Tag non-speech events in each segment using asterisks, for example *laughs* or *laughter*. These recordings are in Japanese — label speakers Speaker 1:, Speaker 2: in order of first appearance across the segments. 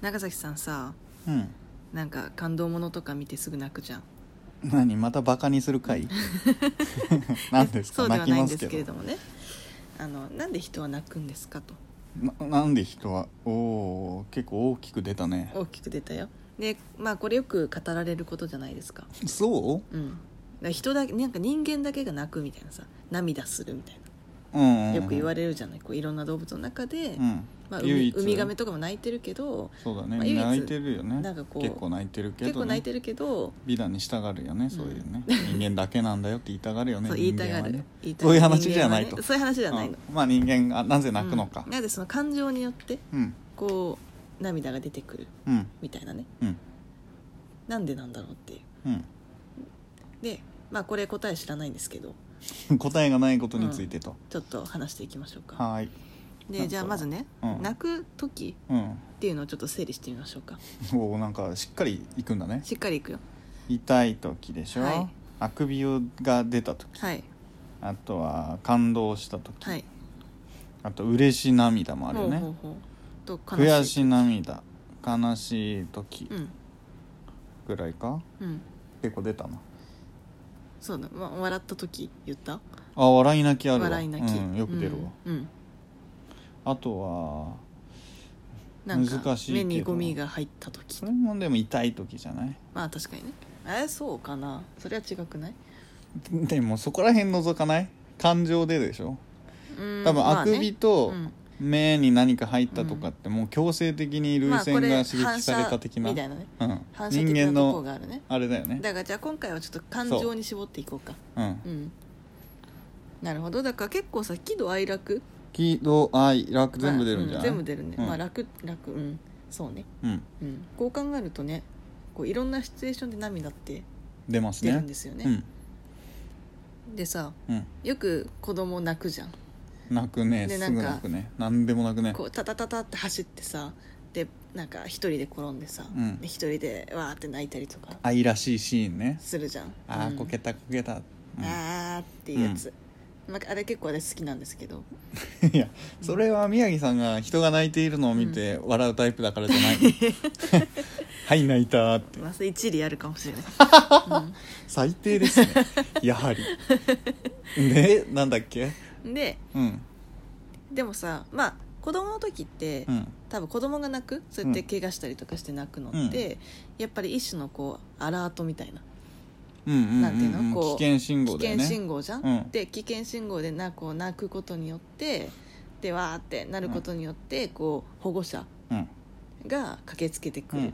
Speaker 1: 長崎さんさ
Speaker 2: うん
Speaker 1: なんか感動ものとか見てすぐ泣くじゃん
Speaker 2: 何またバカにす
Speaker 1: *laughs*
Speaker 2: る回なんです
Speaker 1: そ
Speaker 2: か
Speaker 1: うで
Speaker 2: 泣
Speaker 1: は
Speaker 2: き
Speaker 1: ないん
Speaker 2: ま
Speaker 1: ですす
Speaker 2: け
Speaker 1: けれど
Speaker 2: ど
Speaker 1: もねあのなんで人は泣くんですかと
Speaker 2: ななんで人はおお結構大きく出たね
Speaker 1: 大きく出たよでまあこれよく語られることじゃないですか
Speaker 2: そ、
Speaker 1: うんだから人だけなんか人間だけが泣くみたいなさ涙するみたいう
Speaker 2: うん
Speaker 1: なよく言わ
Speaker 2: れ
Speaker 1: れるじゃないこういろんな動物の中で、
Speaker 2: うん
Speaker 1: まあ、ウ
Speaker 2: 唯
Speaker 1: ミ
Speaker 2: 一
Speaker 1: ウミガメとかも泣いてるけど
Speaker 2: そうだね、
Speaker 1: まあ
Speaker 2: みんな
Speaker 1: 唯一
Speaker 2: 泣いてるよね
Speaker 1: なんかこう
Speaker 2: 結構泣いてるけど、ね、
Speaker 1: 結構泣いてるけど、
Speaker 2: 美談に従うよねそういうね、人間だけなんだよって言いたがるよね
Speaker 1: そう言いたが
Speaker 2: 人間は
Speaker 1: る、
Speaker 2: ね
Speaker 1: 言いた
Speaker 2: そう
Speaker 1: が
Speaker 2: いう
Speaker 1: る
Speaker 2: 話じゃない
Speaker 1: 人間は
Speaker 2: と、
Speaker 1: ねそういう話じゃないの、
Speaker 2: うんまあ人間がなぜ泣くのか
Speaker 1: うんなのでその感情によって
Speaker 2: うん
Speaker 1: こう涙が出てくる
Speaker 2: うん
Speaker 1: みたいなね
Speaker 2: うん
Speaker 1: なんでなんだろうっていう
Speaker 2: うん、
Speaker 1: でまあこれ答え知らないんですけど
Speaker 2: 答えがないことについてと、
Speaker 1: ちょっと話していきましょうか
Speaker 2: はーいなん
Speaker 1: で
Speaker 2: か
Speaker 1: じゃあまずね、
Speaker 2: うん
Speaker 1: 泣く時
Speaker 2: うん
Speaker 1: っていうのをちょっと整理してみましょうか
Speaker 2: おーなんかしっかりいくんだね
Speaker 1: しっかりいくよ
Speaker 2: 痛い時でしょ、
Speaker 1: はい
Speaker 2: あくびが出た時
Speaker 1: はい
Speaker 2: あとは感動した時、
Speaker 1: はい
Speaker 2: あと嬉し涙もある
Speaker 1: ほ
Speaker 2: よ
Speaker 1: う
Speaker 2: ね
Speaker 1: ほうほうと
Speaker 2: 悔し涙悲しい時
Speaker 1: うん
Speaker 2: ぐらいか、
Speaker 1: うん
Speaker 2: 結構出たな
Speaker 1: そうだ、ま、笑った時言った
Speaker 2: あ笑い泣きあるわ
Speaker 1: 笑い泣き、
Speaker 2: うん、よく出るわ、
Speaker 1: うん、うん
Speaker 2: あとは
Speaker 1: なんか
Speaker 2: 難しい
Speaker 1: 目
Speaker 2: けど
Speaker 1: にゴミが入った時
Speaker 2: それもでも痛い時じゃない *laughs*
Speaker 1: まあ確かにねえそうかなそれは違くない
Speaker 2: でもそこら辺覗かない感情ででしょ
Speaker 1: うん
Speaker 2: 多分あくびと
Speaker 1: まあね
Speaker 2: 目に何か入ったとかってもう強制的に
Speaker 1: うん
Speaker 2: 涙腺
Speaker 1: ま
Speaker 2: が
Speaker 1: あこ
Speaker 2: 刺
Speaker 1: れ
Speaker 2: 激された的
Speaker 1: 反
Speaker 2: な,、
Speaker 1: 射みたいなね
Speaker 2: うん、
Speaker 1: 反射
Speaker 2: 人間
Speaker 1: 的なとこ
Speaker 2: の
Speaker 1: があるね
Speaker 2: あれだよね
Speaker 1: だからじゃあ今回はちょっと感情に絞っていこうか
Speaker 2: うん
Speaker 1: うんなるほどだから結構さ喜怒哀楽
Speaker 2: 喜怒哀楽全部出るんじゃない、
Speaker 1: まあうん全部出るね、
Speaker 2: うん
Speaker 1: まあ楽楽うんそうね、
Speaker 2: うん
Speaker 1: うん、こう考えるとねこういろんなシチュエーションで涙って
Speaker 2: 出ます
Speaker 1: 出
Speaker 2: ね
Speaker 1: るんですよねでさ
Speaker 2: うんうん
Speaker 1: よく子供泣くじゃん
Speaker 2: 泣くね
Speaker 1: ですなん
Speaker 2: ぐ
Speaker 1: か
Speaker 2: 泣くね何でも泣くね
Speaker 1: こうタタタタって走ってさでなんか一人で転んでさ
Speaker 2: うん
Speaker 1: で一、人でわーって泣いたりとか
Speaker 2: 愛らしいシーンね
Speaker 1: するじゃん
Speaker 2: ああ、
Speaker 1: うん
Speaker 2: こけたこけた、うん
Speaker 1: あーっていうやつ、まあ、あれ結構私好きなんですけど
Speaker 2: *laughs* いやそれは宮城さんが人が泣いているのを見て笑うタイプだからじゃ
Speaker 1: *laughs*
Speaker 2: ない、はい泣いたーって
Speaker 1: まあ一理あるかもしれ *laughs* ない
Speaker 2: 最低です
Speaker 1: *laughs*
Speaker 2: ねやはりでなんだっけ
Speaker 1: で
Speaker 2: うん
Speaker 1: でもさまあ子供の時って、
Speaker 2: うん
Speaker 1: 多分子供が泣くそうやって怪我したりとかして泣くのって、やっぱり一種のこうアラートみたいな
Speaker 2: うんうん
Speaker 1: なんていう
Speaker 2: う
Speaker 1: の
Speaker 2: んうん
Speaker 1: こう
Speaker 2: 危険信
Speaker 1: 危
Speaker 2: 号だよ
Speaker 1: 険
Speaker 2: ね
Speaker 1: 信号じゃん、
Speaker 2: うん
Speaker 1: で危険信号でなこう泣くことによってでわーってなることによって、こう保護者
Speaker 2: うん
Speaker 1: が駆けつけてく
Speaker 2: う
Speaker 1: るっ
Speaker 2: ん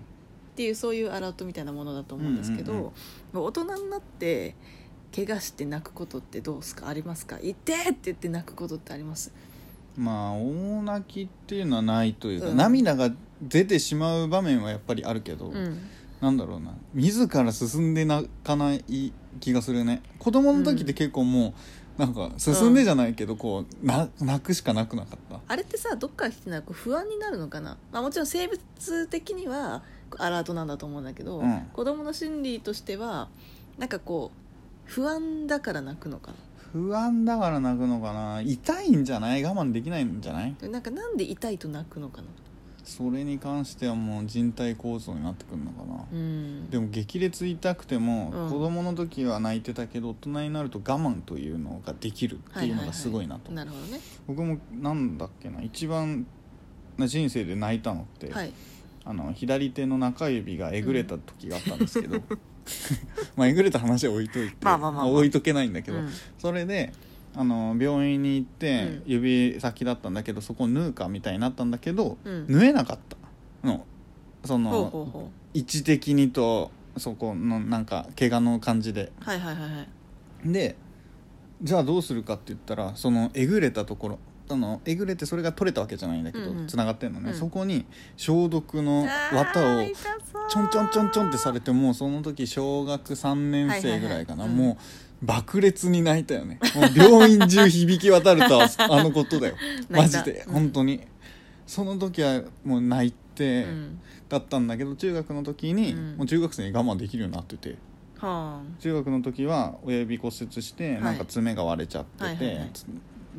Speaker 1: ていう、そういうアラートみたいなものだと思うんですけど、
Speaker 2: うんうんうん
Speaker 1: もう大人になって怪我して泣くことってどうですかありますか「痛て!」って言って泣くことってあります
Speaker 2: まあ大泣きっていうのはないというか、
Speaker 1: うん
Speaker 2: 涙が出てしまう場面はやっぱりあるけど、
Speaker 1: うん
Speaker 2: なんだろうな自ら進んで泣かない気がするね子供の時って結構もう、なんか進んでじゃないけど、こうな泣くしか泣くなかった
Speaker 1: あれってさどっから来てないこう不安になるのかな、まあ、もちろん生物的にはアラートなんだと思うんだけど、
Speaker 2: うん
Speaker 1: 子供の心理としてはなんかこう不安だから泣くのか
Speaker 2: 不安だから泣くのかな痛いんじゃない我慢できないんじゃない
Speaker 1: ななんかなんで痛いと泣くのかな
Speaker 2: それに関してはもう人体構造になってくるのかな、
Speaker 1: うん
Speaker 2: でも激烈痛くても、
Speaker 1: うん
Speaker 2: 子供の時は泣いてたけど大人になると我慢というのができるっていうのがすごいなと、
Speaker 1: なるほどね
Speaker 2: 僕もなんだっけな一番な人生で泣いたのって、
Speaker 1: はい
Speaker 2: あの左手の中指がえぐれた時があったんですけど、
Speaker 1: *laughs*
Speaker 2: *laughs* まあえぐれた話は置いといて、
Speaker 1: まあまあまあまあ
Speaker 2: 置いとけないんだけど、
Speaker 1: うん
Speaker 2: それであの病院に行って、
Speaker 1: うん
Speaker 2: 指先だったんだけどそこ縫うかみたいになったんだけど、
Speaker 1: うん
Speaker 2: 縫えなかったのその
Speaker 1: ほうほうほ
Speaker 2: 位置的にとそこのなんか怪我の感じで
Speaker 1: うはいはいはいはい
Speaker 2: でじゃあどうするかって言ったらそのえぐれたところあのえぐれてそれが取れたわけじゃないんだけど
Speaker 1: うんうん
Speaker 2: つな、がってんのね、
Speaker 1: うん
Speaker 2: そこに消毒の
Speaker 1: あ
Speaker 2: 綿を
Speaker 1: ー痛そう
Speaker 2: ちょんちょんちょんちょんってされてもうその時小学3年生ぐらいかな、
Speaker 1: はいはいはいうん
Speaker 2: もう爆裂に泣いたよねもう病院中響き渡る
Speaker 1: *laughs*
Speaker 2: とはあのことだよマ
Speaker 1: 泣いた
Speaker 2: ジで、
Speaker 1: うん
Speaker 2: 本当にその時はもう泣いて、
Speaker 1: うん
Speaker 2: だったんだけど中学の時に、
Speaker 1: うん
Speaker 2: もう中学生に我慢できるようになってて
Speaker 1: はあ
Speaker 2: 中学の時は親指骨折して、
Speaker 1: はい
Speaker 2: なんか爪が割れちゃってて、
Speaker 1: はいはいはい
Speaker 2: つ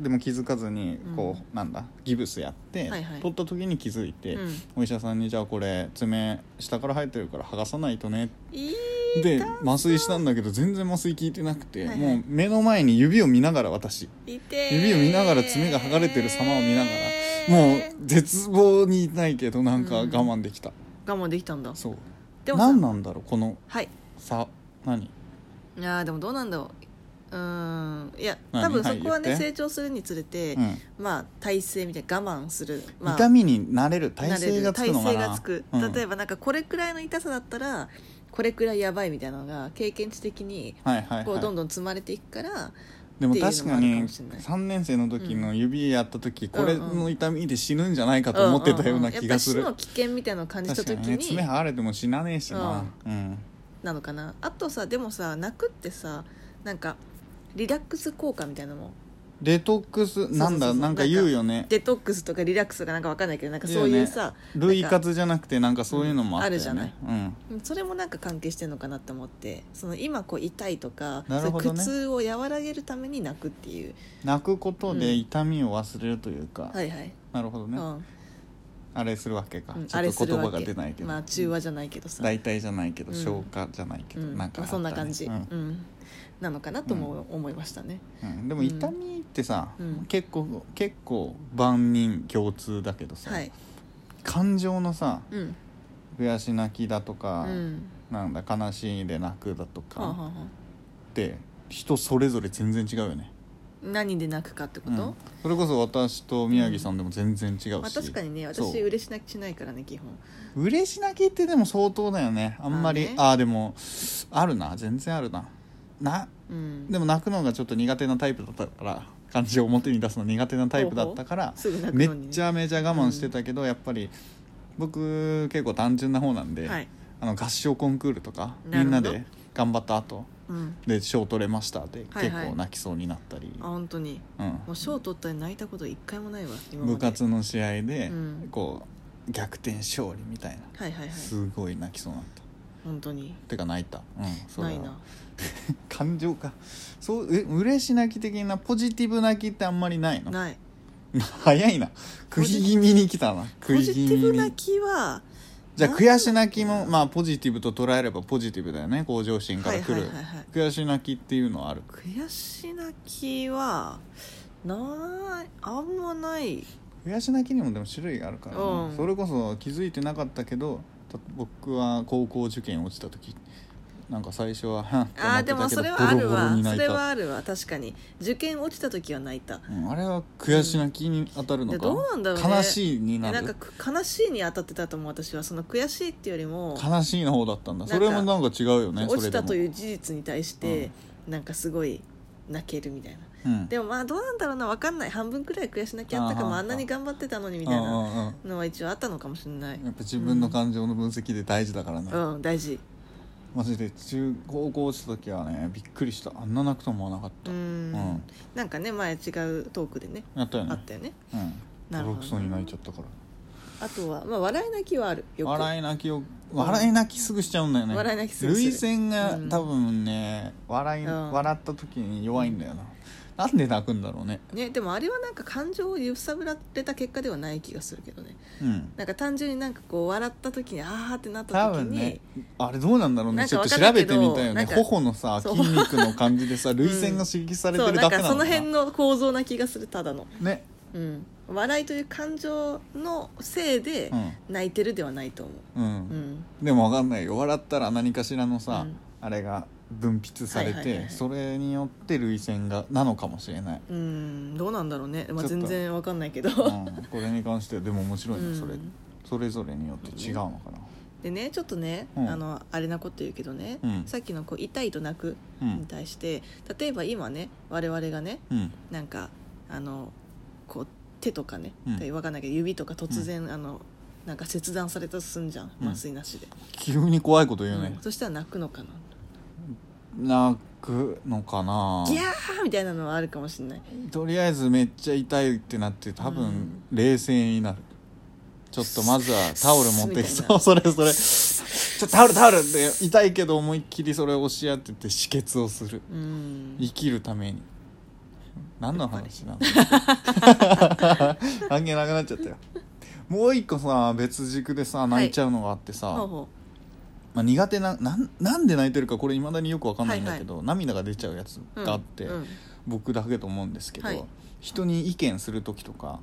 Speaker 2: でも気づかずに
Speaker 1: うん
Speaker 2: こう、なんだギブスやって、
Speaker 1: はいはい
Speaker 2: 取った時に気づいて、
Speaker 1: うん
Speaker 2: お医者さんに「じゃあこれ爪下から生えてるから剥がさないとね」
Speaker 1: いい
Speaker 2: で麻酔したんだけど全然麻酔効いてなくて、
Speaker 1: はいはい
Speaker 2: もう目の前に指を見ながら私
Speaker 1: 痛い
Speaker 2: 指を見ながら爪が剥がれてる様を見ながらもう絶望にいないけどなんか我慢できた、
Speaker 1: 我慢できたんだ
Speaker 2: そう
Speaker 1: でもさ
Speaker 2: 何なんだろうこの
Speaker 1: はい
Speaker 2: 差何
Speaker 1: いやーでもどうなんだろううーんいや
Speaker 2: 何
Speaker 1: 多分そこはね、
Speaker 2: はい言って
Speaker 1: 成長するにつれて、
Speaker 2: うん
Speaker 1: まあ体勢みたいな我慢する、まあ、
Speaker 2: 痛みになれる耐
Speaker 1: 慣れ
Speaker 2: 性
Speaker 1: る
Speaker 2: がつくのかな
Speaker 1: 耐性がつく
Speaker 2: うん
Speaker 1: 例えばなんかこれくらいの痛さだったらこれくらいやばいみたいなのが経験値的に
Speaker 2: はいはい、はい、
Speaker 1: こうどんどん積まれていくから、
Speaker 2: でも確か
Speaker 1: っていうのもある
Speaker 2: に
Speaker 1: かもしれない
Speaker 2: 3年生の時の指やった時、
Speaker 1: ん
Speaker 2: これの痛みで死ぬんじゃないかと思ってたような気がする、
Speaker 1: うんうんうんやっぱり死の危険みたいなのを感じた
Speaker 2: 確
Speaker 1: 時
Speaker 2: かにね
Speaker 1: に
Speaker 2: 爪剥がれても死なねえしなうん、
Speaker 1: なのかなあとさでもさ泣くってさなんかリラックス効果みたいなのも
Speaker 2: デトックス
Speaker 1: そう
Speaker 2: なんだなんか言うよね
Speaker 1: デトックスとかリラックスとかなんかわかんないけどなんかそういうさ
Speaker 2: 類活じゃなくてなんかそういうのもあったよ
Speaker 1: うんあ
Speaker 2: ね、
Speaker 1: るじゃない
Speaker 2: うん
Speaker 1: うんそれもなんか関係してるのかなと思ってその今こう痛いとか、
Speaker 2: なるほどね
Speaker 1: そういう苦痛を和らげるために泣くっていう
Speaker 2: 泣くこと
Speaker 1: う
Speaker 2: で
Speaker 1: ん
Speaker 2: 痛みを忘れるというか、
Speaker 1: はいはい、
Speaker 2: なるほど
Speaker 1: う
Speaker 2: ね、
Speaker 1: ん
Speaker 2: あれするわけか、
Speaker 1: うん
Speaker 2: ち
Speaker 1: あ
Speaker 2: ょ
Speaker 1: れ
Speaker 2: っ
Speaker 1: す
Speaker 2: と
Speaker 1: る
Speaker 2: 言葉
Speaker 1: わ
Speaker 2: が
Speaker 1: け
Speaker 2: 出ないけど
Speaker 1: まあ中和じゃないけどさ、
Speaker 2: 大体じゃないけど、
Speaker 1: うん
Speaker 2: 消化じゃないけ
Speaker 1: う
Speaker 2: ど、
Speaker 1: ん
Speaker 2: なんかあ
Speaker 1: まあ
Speaker 2: った
Speaker 1: そん
Speaker 2: ね
Speaker 1: な感じ、
Speaker 2: う
Speaker 1: うんんなのかなとも思いましたね、
Speaker 2: うんでも痛みってさ、
Speaker 1: うん
Speaker 2: 結構結構万人共通だけどさ、
Speaker 1: はい、
Speaker 2: 感情のさ
Speaker 1: うん
Speaker 2: 悔し泣きだと
Speaker 1: う
Speaker 2: か、
Speaker 1: ん
Speaker 2: なんだ悲しいで泣くだと
Speaker 1: はあはあ
Speaker 2: か
Speaker 1: はあ
Speaker 2: って人それぞれ全然違うよね、
Speaker 1: 何で泣くかってこと、
Speaker 2: うんそれこそ私と宮城さんでも全然違うし、
Speaker 1: まあ、確かにね
Speaker 2: そう
Speaker 1: 私嬉し泣きしないからね基本
Speaker 2: 嬉し泣きってでも相当だよねあんまり
Speaker 1: まあね
Speaker 2: あ、あでもあるな全然あるなな
Speaker 1: うん
Speaker 2: でも泣くのがちょっと苦手なタイプだったから感情を表に出すの苦手なタイプだったから
Speaker 1: すぐ泣く
Speaker 2: めっ
Speaker 1: のにね
Speaker 2: ちゃめちゃ我慢してたけど、やっぱり僕結構単純な方なんで、
Speaker 1: はい、
Speaker 2: あの合唱コンクールとか
Speaker 1: なる
Speaker 2: みん
Speaker 1: ほど
Speaker 2: なで頑張った後
Speaker 1: うん、
Speaker 2: で賞取れましたで
Speaker 1: はい
Speaker 2: 結
Speaker 1: はい
Speaker 2: 構泣きそうになったり、
Speaker 1: あ本当にもう賞取ったり泣いたこと一回もないわ今
Speaker 2: うん、
Speaker 1: まで
Speaker 2: 部活の試合で
Speaker 1: うん
Speaker 2: こう逆転勝利みたいな
Speaker 1: はいはいはい
Speaker 2: すごい泣きそうになった。
Speaker 1: 本当に
Speaker 2: てか泣いた、うん、それ
Speaker 1: な
Speaker 2: はい
Speaker 1: な
Speaker 2: *laughs* 感情かそうえ嬉し泣き的なポジティブ泣きってあんまりないの
Speaker 1: ない
Speaker 2: *laughs* 早いな食い気味に来たな
Speaker 1: ポ
Speaker 2: 食い
Speaker 1: ジ
Speaker 2: 気
Speaker 1: ティ
Speaker 2: 味
Speaker 1: ブ泣
Speaker 2: に
Speaker 1: きは
Speaker 2: じゃあ悔し泣きもまあポジティブと捉えればポジティブだよね向上心か
Speaker 1: は
Speaker 2: ら
Speaker 1: い
Speaker 2: 来
Speaker 1: はい
Speaker 2: る、
Speaker 1: はいはい
Speaker 2: 悔し泣きっていうのはある
Speaker 1: 悔し泣きはないあんまない
Speaker 2: 悔し泣きにもでも種類があるからな、
Speaker 1: うん
Speaker 2: それこそ気づいてなかったけどた僕は高校受験落ちた時なんか最初ははっと思
Speaker 1: あー
Speaker 2: って
Speaker 1: でも
Speaker 2: たけ
Speaker 1: そ
Speaker 2: ど
Speaker 1: れはある
Speaker 2: ボロボロ
Speaker 1: わ
Speaker 2: に
Speaker 1: そ
Speaker 2: 泣い
Speaker 1: れ
Speaker 2: た
Speaker 1: はあるわ確かに受験落ちた時は泣いた
Speaker 2: うんあれは悔し泣きに当たるの
Speaker 1: で
Speaker 2: か、
Speaker 1: どうなんだろうね
Speaker 2: 悲しいにな
Speaker 1: え
Speaker 2: る
Speaker 1: なんかく悲しいに当たってたと思う私はその悔しいっていうよりも
Speaker 2: 悲しいの方だったん
Speaker 1: な
Speaker 2: だ
Speaker 1: んか
Speaker 2: それもなんか違うよね
Speaker 1: 落ちた
Speaker 2: そ
Speaker 1: と
Speaker 2: れで
Speaker 1: いう事実に対して、なんかすごい泣けるみたいな
Speaker 2: もうん
Speaker 1: でもまあどうなんだろうな分かんない半分くらい悔しなきゃあったか
Speaker 2: あー
Speaker 1: も
Speaker 2: はー
Speaker 1: あんなに頑張ってたのにみたい
Speaker 2: うん
Speaker 1: な
Speaker 2: うんうん
Speaker 1: のは一応あったのかもしれない
Speaker 2: やっぱ自分の感情の分析で大事だからね、
Speaker 1: うん大事
Speaker 2: マジで中高校落ちた時はねびっくりしたあんな泣くと思わなかっ
Speaker 1: う
Speaker 2: た、
Speaker 1: ん
Speaker 2: うん
Speaker 1: なんかね前違うトークでね
Speaker 2: やったよ
Speaker 1: あ
Speaker 2: ね
Speaker 1: ったよね
Speaker 2: うん
Speaker 1: なる
Speaker 2: ボ
Speaker 1: ほど
Speaker 2: ロクソに泣いちゃったから
Speaker 1: あとは、まあ、笑い泣きはあるよく
Speaker 2: 笑い泣きを笑い泣きすぐしちゃうんだよね
Speaker 1: 笑い泣きすぐする
Speaker 2: 涙腺が
Speaker 1: うん
Speaker 2: 多分ね、笑い
Speaker 1: うん
Speaker 2: 笑った時に弱いんだよな、なんで泣くんだろうね
Speaker 1: ね、でもあれはなんか感情を揺さぶられた結果ではない気がするけどね
Speaker 2: うん
Speaker 1: なんか単純になんかこう笑った時にあーってなっ
Speaker 2: 多
Speaker 1: た時
Speaker 2: 分
Speaker 1: に、
Speaker 2: ねあれどうなんだろう
Speaker 1: な
Speaker 2: ね
Speaker 1: ん
Speaker 2: ち
Speaker 1: か
Speaker 2: ょっ
Speaker 1: わ
Speaker 2: と
Speaker 1: か
Speaker 2: 調
Speaker 1: んない
Speaker 2: べ
Speaker 1: け
Speaker 2: て
Speaker 1: ど
Speaker 2: みたいよ
Speaker 1: な
Speaker 2: ね
Speaker 1: んか
Speaker 2: 頬のさ
Speaker 1: そう
Speaker 2: 筋肉の感じで
Speaker 1: *laughs*
Speaker 2: さ涙腺が刺激されて
Speaker 1: そう
Speaker 2: る
Speaker 1: な
Speaker 2: だ
Speaker 1: ん
Speaker 2: け
Speaker 1: か
Speaker 2: な
Speaker 1: そ
Speaker 2: の
Speaker 1: の
Speaker 2: か
Speaker 1: 辺の構造な気がするただの
Speaker 2: ね
Speaker 1: うん笑いという感情のせいで
Speaker 2: うん
Speaker 1: 泣いてるではないと思
Speaker 2: う
Speaker 1: ううんん
Speaker 2: でもわかんないよ笑ったら何かしらのさ
Speaker 1: うん
Speaker 2: あれが分泌され
Speaker 1: はいはいはいは
Speaker 2: て
Speaker 1: い
Speaker 2: それによって涙腺がなのかもしれ
Speaker 1: *laughs*
Speaker 2: ない
Speaker 1: うんどうなんだろうね、まあ、
Speaker 2: ちょっと
Speaker 1: 全然わかんないけど、
Speaker 2: うんこれに関してはでも面白いねそれ
Speaker 1: うん
Speaker 2: それぞれによって違うのかな
Speaker 1: でねちょっとね、
Speaker 2: うん
Speaker 1: あのあれなこと言うけどね、
Speaker 2: うん
Speaker 1: さっきのこう痛いと泣く
Speaker 2: う
Speaker 1: に
Speaker 2: ん
Speaker 1: 対して例えば今ね我々がね
Speaker 2: うん
Speaker 1: なんかあのこう手とかね、
Speaker 2: うん
Speaker 1: 分かんないけど指とか突然、あのなんか切断されたとすんじゃん
Speaker 2: うん
Speaker 1: 麻酔なしで、
Speaker 2: 急に怖いこと言う
Speaker 1: う
Speaker 2: ね
Speaker 1: んそしたら泣くのかな
Speaker 2: 泣くのかな
Speaker 1: ギャーみたいなのはあるかもしれない
Speaker 2: とりあえずめっちゃ痛いってなって多
Speaker 1: う
Speaker 2: 分
Speaker 1: ん
Speaker 2: 冷静になる、ちょっとまずはタオル持ってき
Speaker 1: みたい
Speaker 2: そ
Speaker 1: な
Speaker 2: う *laughs* それそれちょタオルタオルって痛いけど思いっきりそれを押し当てて止血をする
Speaker 1: うん
Speaker 2: 生きるために何の話
Speaker 1: *laughs*
Speaker 2: なの関係なくなっちゃったよもう一個さ別軸でさ泣いちゃうのがあってさ、
Speaker 1: ほうほ
Speaker 2: まあ、苦手ななんなんで泣いてるかこれいまだによくわかんないんだけど、涙が出ちゃうやつ
Speaker 1: ううん
Speaker 2: があって、
Speaker 1: うん
Speaker 2: 僕だけと思うんですけど、
Speaker 1: はい
Speaker 2: 人に意見する時とか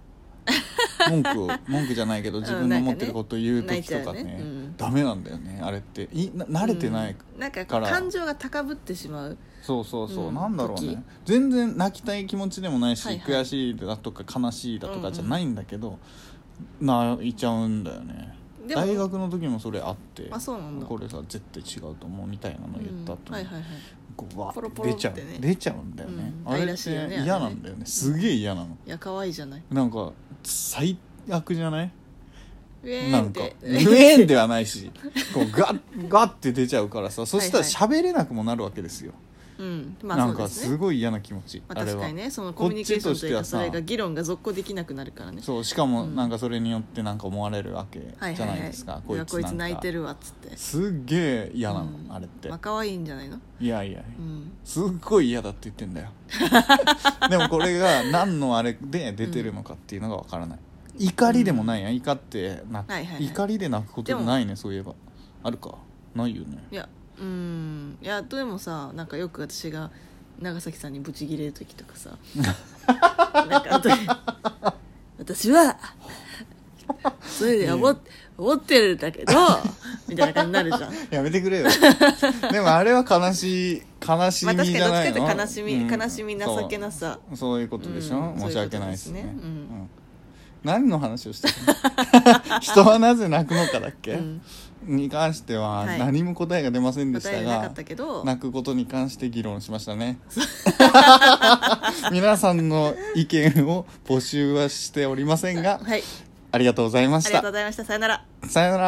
Speaker 2: 文句
Speaker 1: *laughs*
Speaker 2: を文句じゃないけど自分の
Speaker 1: うんなんかね
Speaker 2: 持ってることを言う
Speaker 1: 泣い
Speaker 2: 時
Speaker 1: ちゃ
Speaker 2: と
Speaker 1: う
Speaker 2: か
Speaker 1: よ
Speaker 2: ね
Speaker 1: ねうん
Speaker 2: ダメなんだよねあれっていな慣れてない、
Speaker 1: うんなんか
Speaker 2: から
Speaker 1: 感情が高ぶってしまう
Speaker 2: そうそうそう、
Speaker 1: うん
Speaker 2: なんだろう
Speaker 1: 時
Speaker 2: ね全然泣きたい気持ちでもないし、
Speaker 1: はいはい
Speaker 2: 悔しいだとか悲しいだとかじゃないんだけど、泣いちゃうんだよね
Speaker 1: でも
Speaker 2: 大学の時もそれあって
Speaker 1: あそうなんだ
Speaker 2: これさ絶対違うと思うみたいなの言った後
Speaker 1: うんはいはいはい
Speaker 2: こうわ
Speaker 1: ポロ
Speaker 2: ー
Speaker 1: ポ
Speaker 2: 出
Speaker 1: ロ
Speaker 2: ちゃう
Speaker 1: ってね
Speaker 2: 出ちゃうんだよね、
Speaker 1: うん
Speaker 2: あれ
Speaker 1: 愛
Speaker 2: っ
Speaker 1: らしていよね
Speaker 2: 嫌なんだよねすげえ嫌なの
Speaker 1: いや可愛いじゃない
Speaker 2: なんか最悪じゃない
Speaker 1: ウェ
Speaker 2: な
Speaker 1: ーン
Speaker 2: ん
Speaker 1: っ
Speaker 2: か
Speaker 1: て
Speaker 2: ウェーンではないしこうガ
Speaker 1: *laughs*
Speaker 2: ッガッて出ちゃうからさそしたら喋れなくもなるわけですよ、
Speaker 1: うんまあ
Speaker 2: な
Speaker 1: そ
Speaker 2: ん
Speaker 1: う
Speaker 2: か
Speaker 1: です
Speaker 2: す
Speaker 1: ね
Speaker 2: ごい嫌な気持ち、
Speaker 1: まあ
Speaker 2: れ
Speaker 1: 確か
Speaker 2: は
Speaker 1: にねその
Speaker 2: こ
Speaker 1: コ
Speaker 2: っち
Speaker 1: ミュニケーションという
Speaker 2: と
Speaker 1: か
Speaker 2: して
Speaker 1: そ
Speaker 2: はさ
Speaker 1: れが議論が続行できなくなるからね
Speaker 2: そうしかも
Speaker 1: うん
Speaker 2: なんかそれによってなんか思われるわけ
Speaker 1: はい
Speaker 2: じゃ
Speaker 1: は
Speaker 2: ない
Speaker 1: いは
Speaker 2: で
Speaker 1: い
Speaker 2: すか、
Speaker 1: うわこいつ
Speaker 2: なんか
Speaker 1: 泣いてるわっつって
Speaker 2: すっげえ嫌なの、
Speaker 1: うん
Speaker 2: あれって、
Speaker 1: まあ可愛いんじゃないの
Speaker 2: いやいや
Speaker 1: うん
Speaker 2: すっごい嫌だって言ってんだ
Speaker 1: *laughs*
Speaker 2: よでもこれが何のあれで出てるのかっていうのがわからない怒りでもないやん怒って泣く、
Speaker 1: はいはいはい
Speaker 2: 怒りで泣くこともないねそういえばあるかないよね
Speaker 1: いやうんいやでもさなんかよく私が長崎さんにブチギレる時とか
Speaker 2: *laughs*
Speaker 1: さなんか後で私はそれで思っ思ってるんだけどみたいな感じになるじゃん
Speaker 2: やめてく
Speaker 1: *laughs*
Speaker 2: れよでもあれは悲しい悲し
Speaker 1: まあ
Speaker 2: み
Speaker 1: 確
Speaker 2: じ
Speaker 1: かにど
Speaker 2: ゃ
Speaker 1: っ
Speaker 2: な
Speaker 1: ち
Speaker 2: いの、
Speaker 1: かって悲しみ、
Speaker 2: うん
Speaker 1: 悲しみ情けなさ
Speaker 2: そうそういうことでしょ、
Speaker 1: うん
Speaker 2: 申し訳ないですね
Speaker 1: そういうことですねうん
Speaker 2: ん何の話をしてる
Speaker 1: *laughs*
Speaker 2: の人はなぜ泣くのかだっけ、
Speaker 1: うん
Speaker 2: に関しては
Speaker 1: はい
Speaker 2: 何も答えが出ませんでした
Speaker 1: 答
Speaker 2: が、
Speaker 1: えなかったけど
Speaker 2: 泣くことに関して議論しました
Speaker 1: *laughs*
Speaker 2: ね皆さんの意見を募集はしておりませんが
Speaker 1: はい
Speaker 2: ありがとうございま
Speaker 1: あ
Speaker 2: し
Speaker 1: りがとう
Speaker 2: た
Speaker 1: ございましたさよなら
Speaker 2: さようなら